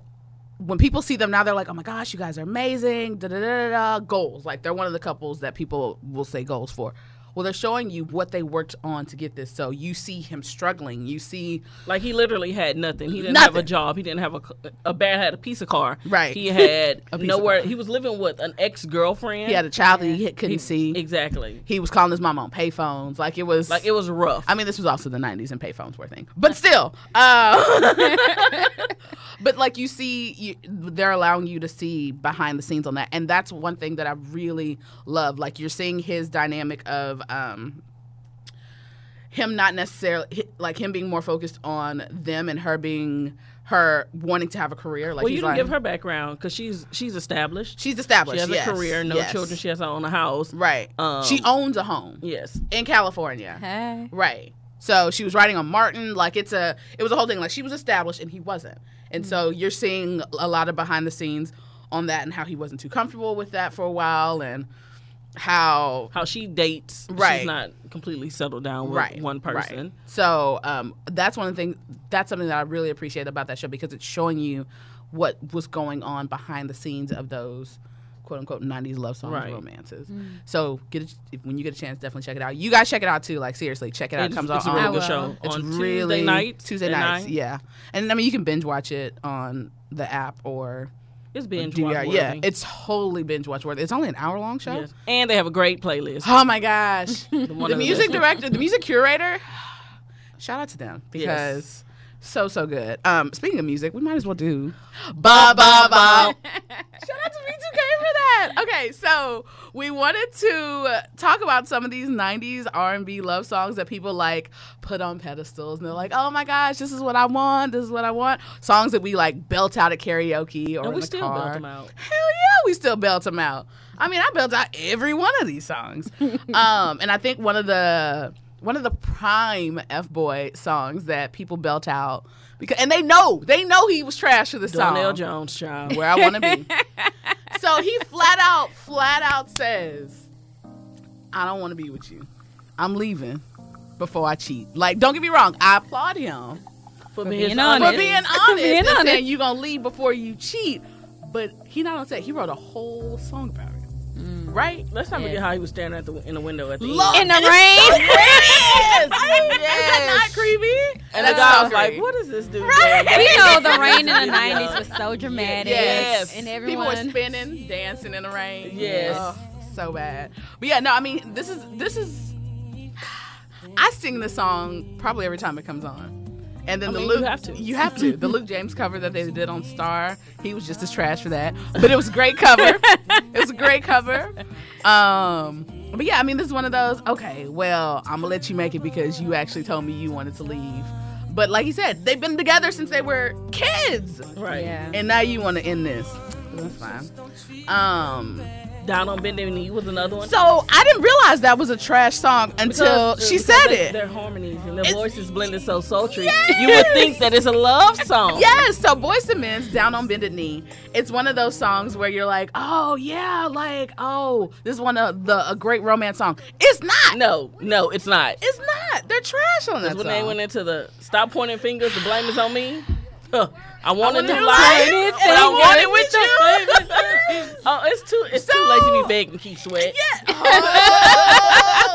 [SPEAKER 1] When people see them now, they're like, "Oh my gosh, you guys are amazing!" Da da da da. da. Goals, like they're one of the couples that people will say goals for. Well, they're showing you what they worked on to get this. So you see him struggling. You see
[SPEAKER 2] Like he literally had nothing. He didn't have a
[SPEAKER 1] Nothing.
[SPEAKER 2] job. He didn't have a c- a bad had a piece of car.
[SPEAKER 1] Right.
[SPEAKER 2] He had
[SPEAKER 1] <laughs> A piece of
[SPEAKER 2] nowhere. He was living with an ex girlfriend.
[SPEAKER 1] he had a child that he couldn't see.
[SPEAKER 2] exactly.
[SPEAKER 1] he was calling his mom on payphones. Like it was.
[SPEAKER 2] Like it was rough.
[SPEAKER 1] I mean, this was also the '90s and payphones were a thing, but still. Uh, <laughs> but like you see, you, they're allowing you to see behind the scenes on that, and that's one thing that I really love. Like you're seeing his dynamic of. Um, him not necessarily hi- like him being more focused on them and her being her wanting to have a career like
[SPEAKER 2] well, you
[SPEAKER 1] he's
[SPEAKER 2] didn't
[SPEAKER 1] like-
[SPEAKER 2] give her background because she's she's established.
[SPEAKER 1] she's
[SPEAKER 2] She
[SPEAKER 1] established
[SPEAKER 2] has
[SPEAKER 1] yes,
[SPEAKER 2] a career, no
[SPEAKER 1] yes.
[SPEAKER 2] children. She has her own house.
[SPEAKER 1] right
[SPEAKER 2] Um,
[SPEAKER 1] she owns a home
[SPEAKER 2] Yes.
[SPEAKER 1] in california
[SPEAKER 3] Hey.
[SPEAKER 1] Right. So she was riding on Martin. Like it's a, it was a whole thing. Like she was established and he wasn't. And so
[SPEAKER 2] Mm-hmm.
[SPEAKER 1] you're seeing a lot of behind the scenes on that and how he wasn't too comfortable with that for a while and how
[SPEAKER 2] how she dates.
[SPEAKER 1] Right.
[SPEAKER 2] She's not completely settled down with
[SPEAKER 1] right
[SPEAKER 2] one
[SPEAKER 1] right.
[SPEAKER 2] person.
[SPEAKER 1] So um, that's one of the things. That's something that I really appreciate about that show because it's showing you what was going on behind the scenes of those quote unquote 90s love songs
[SPEAKER 2] Right.
[SPEAKER 1] romances. So get a, if, when you get a chance, definitely check it out. You guys check it out too. Like seriously, check it out.
[SPEAKER 2] It's,
[SPEAKER 1] it comes
[SPEAKER 2] it's
[SPEAKER 1] out
[SPEAKER 2] a really
[SPEAKER 1] on-
[SPEAKER 2] good
[SPEAKER 3] I will.
[SPEAKER 2] show.
[SPEAKER 1] It's
[SPEAKER 2] on
[SPEAKER 1] really
[SPEAKER 2] Tuesday night.
[SPEAKER 1] Tuesday
[SPEAKER 2] at
[SPEAKER 1] nights,
[SPEAKER 2] nine.
[SPEAKER 1] yeah. And I mean, you can binge watch it on the app or
[SPEAKER 2] It's binge
[SPEAKER 1] DVR.
[SPEAKER 2] watch
[SPEAKER 1] Yeah,
[SPEAKER 2] worthy.
[SPEAKER 1] it's totally binge watch worthy. It's only an hour long show.
[SPEAKER 2] Yes. And they have a great playlist.
[SPEAKER 1] Oh my gosh,
[SPEAKER 2] The, <laughs> one
[SPEAKER 1] the
[SPEAKER 2] of the
[SPEAKER 1] music
[SPEAKER 2] best.
[SPEAKER 1] director, the music curator. <sighs> Shout out to them because so so good. Um, speaking of music, we might as well do ba ba ba. <laughs> Shout out to B2K for that. Okay, so we wanted to talk about some of these '90s R&B love songs that people like put on pedestals, and they're like, "Oh my gosh, this is what I want. This is what I want." Songs that we like belt out at karaoke or
[SPEAKER 2] And
[SPEAKER 1] in
[SPEAKER 2] we
[SPEAKER 1] the
[SPEAKER 2] still
[SPEAKER 1] car.
[SPEAKER 2] belt them out.
[SPEAKER 1] Hell yeah, we still belt them out. I mean, I belt out every one of these
[SPEAKER 2] <laughs>
[SPEAKER 1] songs. um, and I think one of the one of the prime F boy songs that people belt out because and they know they know he was trash for this
[SPEAKER 2] Donnell
[SPEAKER 1] song.
[SPEAKER 2] Jones, child.
[SPEAKER 1] Where I want to
[SPEAKER 2] <laughs>
[SPEAKER 1] be. so he flat out, flat out says, "I don't want to be with you. I'm leaving." Before I cheat, like don't get me wrong, I applaud him
[SPEAKER 2] For
[SPEAKER 3] being
[SPEAKER 2] his
[SPEAKER 3] honest.
[SPEAKER 1] for
[SPEAKER 2] honest.
[SPEAKER 1] being honest
[SPEAKER 3] <laughs> Being
[SPEAKER 1] and
[SPEAKER 3] honest.
[SPEAKER 1] saying you gonna leave before you cheat. But he not only said he wrote a whole song about it, right?
[SPEAKER 2] Let's not forget
[SPEAKER 3] Yeah.
[SPEAKER 2] how he was staring at the in the window at the
[SPEAKER 1] Lord, <laughs>
[SPEAKER 2] end.
[SPEAKER 3] Mm. In
[SPEAKER 1] and
[SPEAKER 3] the
[SPEAKER 1] it's
[SPEAKER 3] rain.
[SPEAKER 1] so creepy. Is
[SPEAKER 2] Yes.
[SPEAKER 1] that not creepy?
[SPEAKER 2] And the
[SPEAKER 1] That's
[SPEAKER 2] guy
[SPEAKER 1] so
[SPEAKER 2] was like,
[SPEAKER 1] creepy.
[SPEAKER 2] "What is this dude?"
[SPEAKER 1] Right.
[SPEAKER 2] doing?"
[SPEAKER 3] We know the rain in the
[SPEAKER 2] Yeah.
[SPEAKER 3] nineties was so dramatic.
[SPEAKER 1] Yes.
[SPEAKER 3] And
[SPEAKER 1] People were
[SPEAKER 3] everyone
[SPEAKER 1] spinning, dancing in the rain.
[SPEAKER 2] Yes.
[SPEAKER 1] Ugh, so bad. But yeah, no, I mean, this is this is. <sighs> I sing this song probably every time it comes on. And then
[SPEAKER 2] I
[SPEAKER 1] the
[SPEAKER 2] mean,
[SPEAKER 1] Luke,
[SPEAKER 2] you have to.
[SPEAKER 1] You have to.
[SPEAKER 2] <laughs>
[SPEAKER 1] The Luke James cover that they did on Star, he was just as trash for that. But it was a great
[SPEAKER 2] <laughs>
[SPEAKER 1] cover. it was a great cover. Um, but yeah, I mean, this is one of those. Okay, well, I'm gonna let you make it because you actually told me you wanted to leave. But like he said, they've been together since they were kids
[SPEAKER 2] Right.
[SPEAKER 3] Yeah.
[SPEAKER 1] and now you want to end this. That's fine. Um,
[SPEAKER 2] Down on bending knee was another one.
[SPEAKER 1] so I didn't realize that was a trash song until
[SPEAKER 2] Because-
[SPEAKER 1] she
[SPEAKER 2] because
[SPEAKER 1] said
[SPEAKER 2] they-
[SPEAKER 1] it.
[SPEAKER 2] Their harmonies and their
[SPEAKER 1] It's-
[SPEAKER 2] voices blended so sultry. You would think that it's a love song.
[SPEAKER 1] Yes, so Boys and Men's Down on Bended Knee. It's one of those songs where you're like, oh yeah, like oh, this is one of the a great romance song. It's not.
[SPEAKER 2] No, no, it's not.
[SPEAKER 1] It's not. They're trash on that
[SPEAKER 2] That's
[SPEAKER 1] song.
[SPEAKER 2] when they went into the stop pointing fingers. The blame is on me. Huh. I
[SPEAKER 1] I
[SPEAKER 2] wanted
[SPEAKER 1] wanna
[SPEAKER 2] to
[SPEAKER 1] do
[SPEAKER 2] lie,
[SPEAKER 1] life,
[SPEAKER 2] but I
[SPEAKER 1] but I
[SPEAKER 2] wanted
[SPEAKER 1] wanted
[SPEAKER 2] with you. <laughs> oh, it's too it's too late to
[SPEAKER 1] So-
[SPEAKER 2] be begging, Keith Sweat.
[SPEAKER 1] Yeah.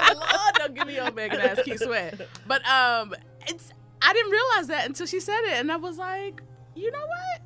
[SPEAKER 1] Oh, Lord, don't give me your bacon ass, keep sweat. But um, it's I didn't realize that until she said it, and I was like, you know what?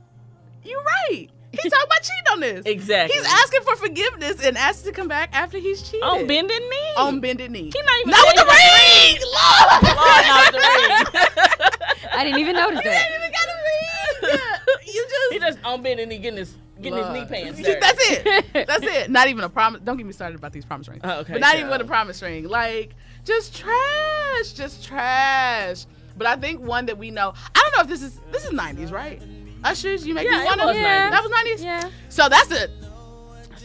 [SPEAKER 1] You're right. He's talking about cheating on
[SPEAKER 2] <laughs>
[SPEAKER 1] this.
[SPEAKER 2] Exactps.
[SPEAKER 1] He's asking for forgiveness and asked to come back after he's cheated.
[SPEAKER 2] on bending knee.
[SPEAKER 1] On bended knee.
[SPEAKER 2] he not even
[SPEAKER 1] Not with
[SPEAKER 2] saying
[SPEAKER 1] the ring! Lord!
[SPEAKER 2] that
[SPEAKER 1] <laughs>
[SPEAKER 2] Lord, not the ring. <laughs>
[SPEAKER 3] <laughs> I didn't even notice
[SPEAKER 1] You ain't <laughs>
[SPEAKER 3] that.
[SPEAKER 1] even got a ring! You just.
[SPEAKER 2] He just on bending knee, getting his getting his knee
[SPEAKER 1] Lord. <laughs>
[SPEAKER 2] pants.
[SPEAKER 1] You-
[SPEAKER 2] dirty.
[SPEAKER 1] That's
[SPEAKER 2] <laughs>
[SPEAKER 1] it. That's it. Not even a promise. Don't get me started about these promise rings.
[SPEAKER 2] Oh, okay,
[SPEAKER 1] but not
[SPEAKER 2] so-
[SPEAKER 1] even with a promise ring. Like just trash, just trash. But I think one that we know. I don't know if this is this is '90s, right? Ushers, you make
[SPEAKER 2] Yeah,
[SPEAKER 1] me
[SPEAKER 2] it
[SPEAKER 1] wanna.
[SPEAKER 2] was
[SPEAKER 3] Yeah. 90s.
[SPEAKER 1] That was '90s.
[SPEAKER 3] Yeah.
[SPEAKER 1] So that's it.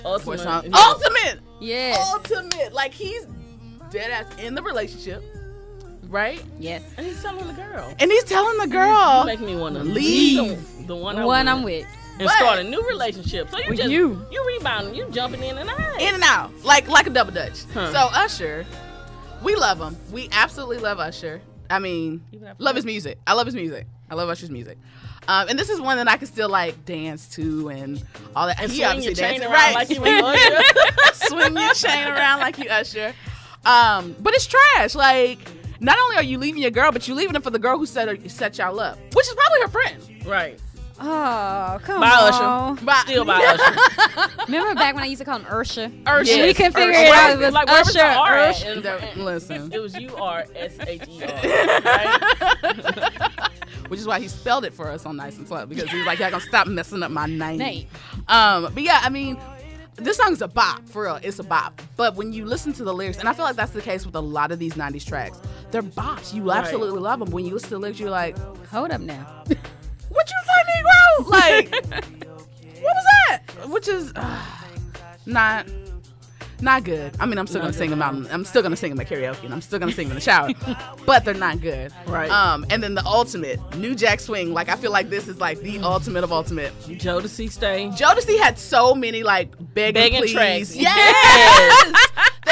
[SPEAKER 1] Poor
[SPEAKER 2] Ultimate.
[SPEAKER 1] song.
[SPEAKER 2] Yeah.
[SPEAKER 1] Ultimate, Oh.
[SPEAKER 3] Yes.
[SPEAKER 1] ultimate. Like he's dead ass in the relationship, right?
[SPEAKER 3] Yes.
[SPEAKER 2] And he's telling the girl.
[SPEAKER 1] And he's telling the girl.
[SPEAKER 2] You make me want to
[SPEAKER 1] Leave.
[SPEAKER 2] leave, the, the one, I
[SPEAKER 3] One
[SPEAKER 2] want
[SPEAKER 3] I'm with.
[SPEAKER 2] and
[SPEAKER 1] But-
[SPEAKER 2] start a new relationship. So you
[SPEAKER 3] With
[SPEAKER 2] just
[SPEAKER 3] you.
[SPEAKER 2] you rebounding, you jumping in and out.
[SPEAKER 1] in and out, like like a double dutch.
[SPEAKER 2] Huh.
[SPEAKER 1] So Usher, we love him. We absolutely love Usher. I mean,
[SPEAKER 2] Even after
[SPEAKER 1] love
[SPEAKER 2] that?
[SPEAKER 1] his music. I love his music. I love Usher's music. Um, and this is one that I can still like dance to and all that.
[SPEAKER 2] and
[SPEAKER 1] he
[SPEAKER 2] swing
[SPEAKER 1] obviously
[SPEAKER 2] your <laughs> chain
[SPEAKER 1] dances,
[SPEAKER 2] around
[SPEAKER 1] right?
[SPEAKER 2] like you in Usher.
[SPEAKER 1] <laughs> swing your chain around like you Usher. Um, but it's trash. Like, not only are you leaving your girl, but you leaving it for the girl who set set y'all up, which is probably her friend.
[SPEAKER 2] Right.
[SPEAKER 3] Oh, come
[SPEAKER 2] Bye,
[SPEAKER 3] on.
[SPEAKER 2] Usher. Still by Usher.
[SPEAKER 3] Remember back when I used to call him Ursha?
[SPEAKER 1] <laughs> Usher.
[SPEAKER 2] Yes.
[SPEAKER 3] We couldn't figure
[SPEAKER 1] Ursha.
[SPEAKER 3] it out. It was
[SPEAKER 2] Like, where was
[SPEAKER 3] Usher.
[SPEAKER 2] the R at?
[SPEAKER 3] Ursha.
[SPEAKER 2] And-
[SPEAKER 1] There-
[SPEAKER 2] and-
[SPEAKER 1] listen.
[SPEAKER 2] It was U R S H E
[SPEAKER 3] <laughs>
[SPEAKER 2] R.
[SPEAKER 1] which is why he spelled it for us on Nice and Slow because he was like, "Y'all gonna stop messing up my name."
[SPEAKER 3] Name.
[SPEAKER 1] Um, but yeah, I mean, this song's a bop for real. It's a bop. But when you listen to the lyrics, and I feel like that's the case with a lot of these '90s tracks, they're bops. You absolutely love them. When you listen to the lyrics, you're like,
[SPEAKER 3] Hold up now.
[SPEAKER 1] "What you say, Negro?" Like, <laughs> what was that? Which is uh, not. Not good. I mean, I'm still gonna sing them out. I'm still gonna sing them at karaoke, and I'm still gonna sing them in the shower. <laughs> but they're not good.
[SPEAKER 2] Right.
[SPEAKER 1] Um. And then the ultimate, New Jack Swing. Like I feel like this is like the ultimate of ultimate.
[SPEAKER 2] Jodeci stay.
[SPEAKER 1] Jodeci had so many like begging,
[SPEAKER 2] Begging
[SPEAKER 1] please.
[SPEAKER 2] tracks.
[SPEAKER 1] Yes. <laughs>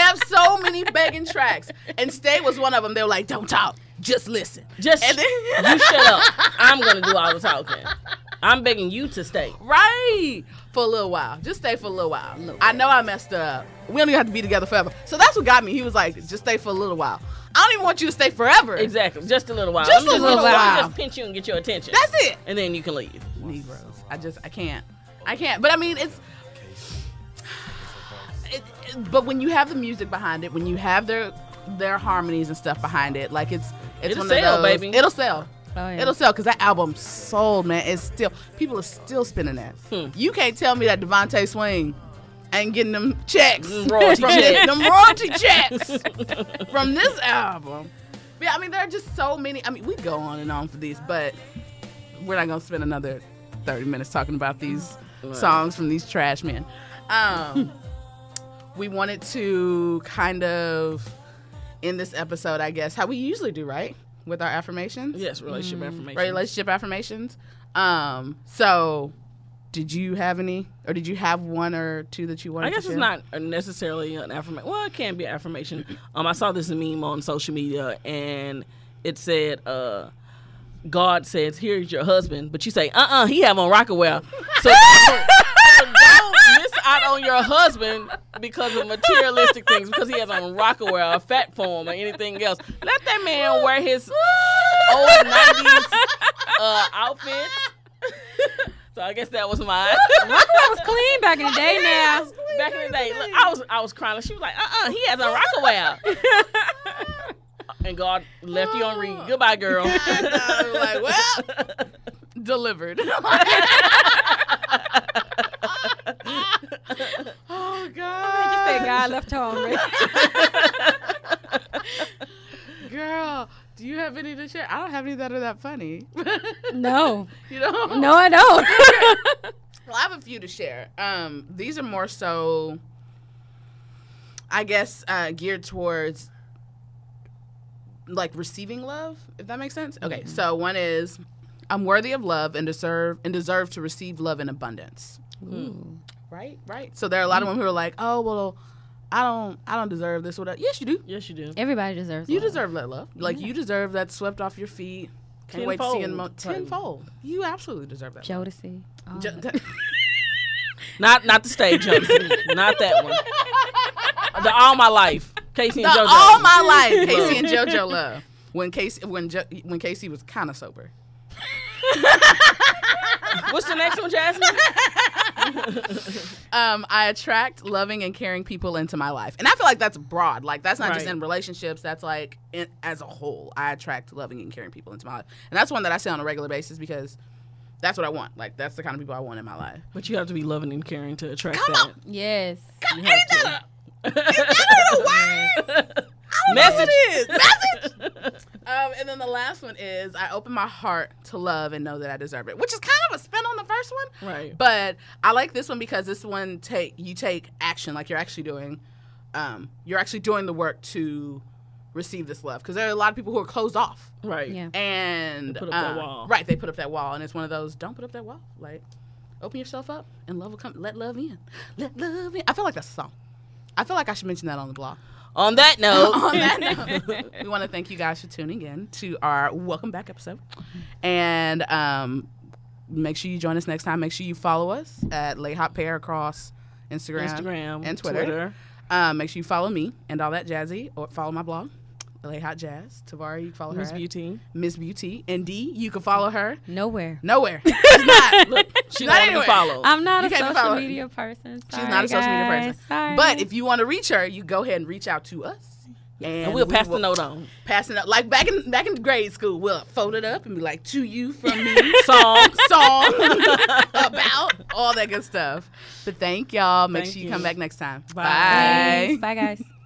[SPEAKER 1] many begging tracks, and stay was one of them. They were like, "Don't talk, just listen."
[SPEAKER 2] Just
[SPEAKER 1] And then-
[SPEAKER 2] you shut up. I'm gonna do all the talking. I'm begging you to stay.
[SPEAKER 1] Right. For a little while. Just stay for a little while. I know I messed up. We don't even have to be together forever. So that's what got me. He was like, just stay for a little while. I don't even want you to stay forever.
[SPEAKER 2] Exactly. Just a little while.
[SPEAKER 1] Just
[SPEAKER 2] I'm
[SPEAKER 1] a little
[SPEAKER 2] gonna- I'm
[SPEAKER 1] while.
[SPEAKER 2] Just pinch you and get your attention.
[SPEAKER 1] That's it.
[SPEAKER 2] And then you can leave.
[SPEAKER 1] Negroes. I just, I can't. I can't. But I mean, it's. It, it- but when you have the music behind it, when you have their their harmonies and stuff behind it, like it's it's
[SPEAKER 2] It'll
[SPEAKER 1] one of
[SPEAKER 2] sell,
[SPEAKER 1] those-
[SPEAKER 2] baby.
[SPEAKER 1] It'll sell.
[SPEAKER 3] Oh, yeah.
[SPEAKER 1] It'll sell because that album sold, man. It's still people are still spinning that.
[SPEAKER 2] Hmm.
[SPEAKER 1] You can't tell me that Devontae Swing ain't getting them checks, <laughs>
[SPEAKER 2] Mm, royalty
[SPEAKER 1] from
[SPEAKER 2] checks.
[SPEAKER 1] thi- them royalty
[SPEAKER 2] <laughs>
[SPEAKER 1] checks from this album. Yeah, I mean there are just so many. I mean we go on and on for these, but we're not gonna spend another thirty minutes talking about these
[SPEAKER 2] Right.
[SPEAKER 1] songs from these trash men.
[SPEAKER 2] <laughs>
[SPEAKER 1] Um, we wanted to kind of end this episode, I guess, how we usually do, right? With our affirmations
[SPEAKER 2] Yes,
[SPEAKER 3] Mm.
[SPEAKER 2] relationship affirmation.
[SPEAKER 1] relationship affirmations. Um, so did you have any, or did you have one or two that you wanted?
[SPEAKER 2] I guess
[SPEAKER 1] to
[SPEAKER 2] it's
[SPEAKER 1] share?
[SPEAKER 2] not necessarily an affirmation. Well, it can be affirmation. Um, I saw this meme on social media, and it said, uh, "God says, here's your husband," but you say, "Uh-uh, he have on Rockaware." So, so don't miss out on your husband because of materialistic things, because he has on Rockaware, a fat form, or anything else. Let that man wear his old nineties uh, outfits. so I guess that was mine.
[SPEAKER 3] Rockaway was clean back in the
[SPEAKER 2] <laughs>
[SPEAKER 3] day. Now
[SPEAKER 2] Back in the day, look, I was I was crying. She was like, uh, uh he has a
[SPEAKER 1] <laughs>
[SPEAKER 2] Rockaway. out." and God left you on
[SPEAKER 1] Oh.
[SPEAKER 2] read.
[SPEAKER 1] <laughs>
[SPEAKER 2] Goodbye, girl.
[SPEAKER 1] <laughs> I know, like, delivered. <laughs> oh
[SPEAKER 3] you said
[SPEAKER 1] God,
[SPEAKER 3] God left home. Right?
[SPEAKER 1] girl, do you have any to share? I don't have any that are that funny.
[SPEAKER 3] <laughs>
[SPEAKER 1] <laughs>
[SPEAKER 3] No,
[SPEAKER 1] you know?
[SPEAKER 3] no, I don't.
[SPEAKER 1] Well, I have a few to share. Um, these are more so, I guess, uh, geared towards like receiving love, if that makes sense. Okay, so one is, I'm worthy of love and deserve and deserve to receive love in abundance.
[SPEAKER 3] Ooh.
[SPEAKER 1] Right, right. So there are a lot of women who are like, oh well, I don't, I don't deserve this. Whatever. Yes, you do.
[SPEAKER 2] yes, you do.
[SPEAKER 3] Everybody deserves.
[SPEAKER 1] You
[SPEAKER 3] love.
[SPEAKER 1] deserve that love. Like you deserve that swept off your feet. Can't wait to see you in mo-
[SPEAKER 2] Tenfold.
[SPEAKER 1] tenfold. You absolutely deserve that. love.
[SPEAKER 3] Jodeci.
[SPEAKER 1] <laughs>
[SPEAKER 3] Oh.
[SPEAKER 1] Jo-
[SPEAKER 2] Not not the stage Johnson. not that one. The all my life. Casey and
[SPEAKER 1] The-
[SPEAKER 2] JoJo.
[SPEAKER 1] all my life, Casey and JoJo love. When Casey, when jo- when Casey was kind of sober,
[SPEAKER 2] What's the next one, Jasmine?
[SPEAKER 1] um, I attract loving and caring people into my life, and I feel like that's broad. Like that's not just
[SPEAKER 2] Right.
[SPEAKER 1] in relationships. That's like in, as a whole. I attract loving and caring people into my life, and that's one that I say on a regular basis because that's what I want. Like that's the kind of people I want in my life.
[SPEAKER 2] But you have to be loving and caring to attract
[SPEAKER 1] Come
[SPEAKER 2] that.
[SPEAKER 3] Yes.
[SPEAKER 2] You have to. Message.
[SPEAKER 1] It is. <laughs> Message. um, and then the last one is I open my heart to love and know that I deserve it, which is kind of a spin on the first one.
[SPEAKER 2] Right.
[SPEAKER 1] But I like this one because this one take you take action, like you're actually doing, um, you're actually doing the work to receive this love. Because there are a lot of people who are closed off,
[SPEAKER 2] Right.
[SPEAKER 3] Yeah.
[SPEAKER 1] and
[SPEAKER 2] They put up that
[SPEAKER 1] um,
[SPEAKER 2] wall.
[SPEAKER 1] right, they put up that wall, and it's one of those don't put up that wall, like open yourself up and love will come. Let love in, let love in. I feel like that's a song. I feel like I should mention that on the blog.
[SPEAKER 2] On that note.
[SPEAKER 1] <laughs> On
[SPEAKER 2] <laughs>
[SPEAKER 1] that note, we want to thank you guys for tuning in to our welcome back episode. And um, make sure you join us next time. Make sure you follow us at Lay Hot Pair across Instagram,
[SPEAKER 2] Instagram
[SPEAKER 1] and Twitter. Um, make sure you follow me and all that jazzy, or follow my blog, Lay Hot Jazz. Tavari, you can follow
[SPEAKER 2] Miss
[SPEAKER 1] her. at
[SPEAKER 2] Beauty.
[SPEAKER 1] Miss Beauty. And D, you can follow her
[SPEAKER 3] Nowhere.
[SPEAKER 2] <laughs>
[SPEAKER 1] nowhere. She's not.
[SPEAKER 2] Look, she
[SPEAKER 1] Not
[SPEAKER 2] not even
[SPEAKER 1] anywhere. Um,
[SPEAKER 2] follow.
[SPEAKER 3] I'm not
[SPEAKER 1] Oh, You
[SPEAKER 3] a
[SPEAKER 1] can't
[SPEAKER 3] social
[SPEAKER 1] follow-
[SPEAKER 3] media person.
[SPEAKER 1] She's
[SPEAKER 3] Sorry,
[SPEAKER 1] not a social media
[SPEAKER 3] guys.
[SPEAKER 1] person.
[SPEAKER 3] Sorry.
[SPEAKER 1] But if you want to reach her, you go ahead and reach out to us.
[SPEAKER 2] and we'll
[SPEAKER 1] we
[SPEAKER 2] pass
[SPEAKER 1] will-
[SPEAKER 2] the note on.
[SPEAKER 1] passing up like back in back in grade school we'll fold it up and be like to you from
[SPEAKER 2] <laughs>
[SPEAKER 1] me
[SPEAKER 2] Songs. <laughs>
[SPEAKER 1] song about all that good stuff but thank y'all make
[SPEAKER 2] Thank
[SPEAKER 1] sure you,
[SPEAKER 2] you.
[SPEAKER 1] come back next time
[SPEAKER 2] Bye.
[SPEAKER 1] bye.
[SPEAKER 3] Thanks. Bye, guys.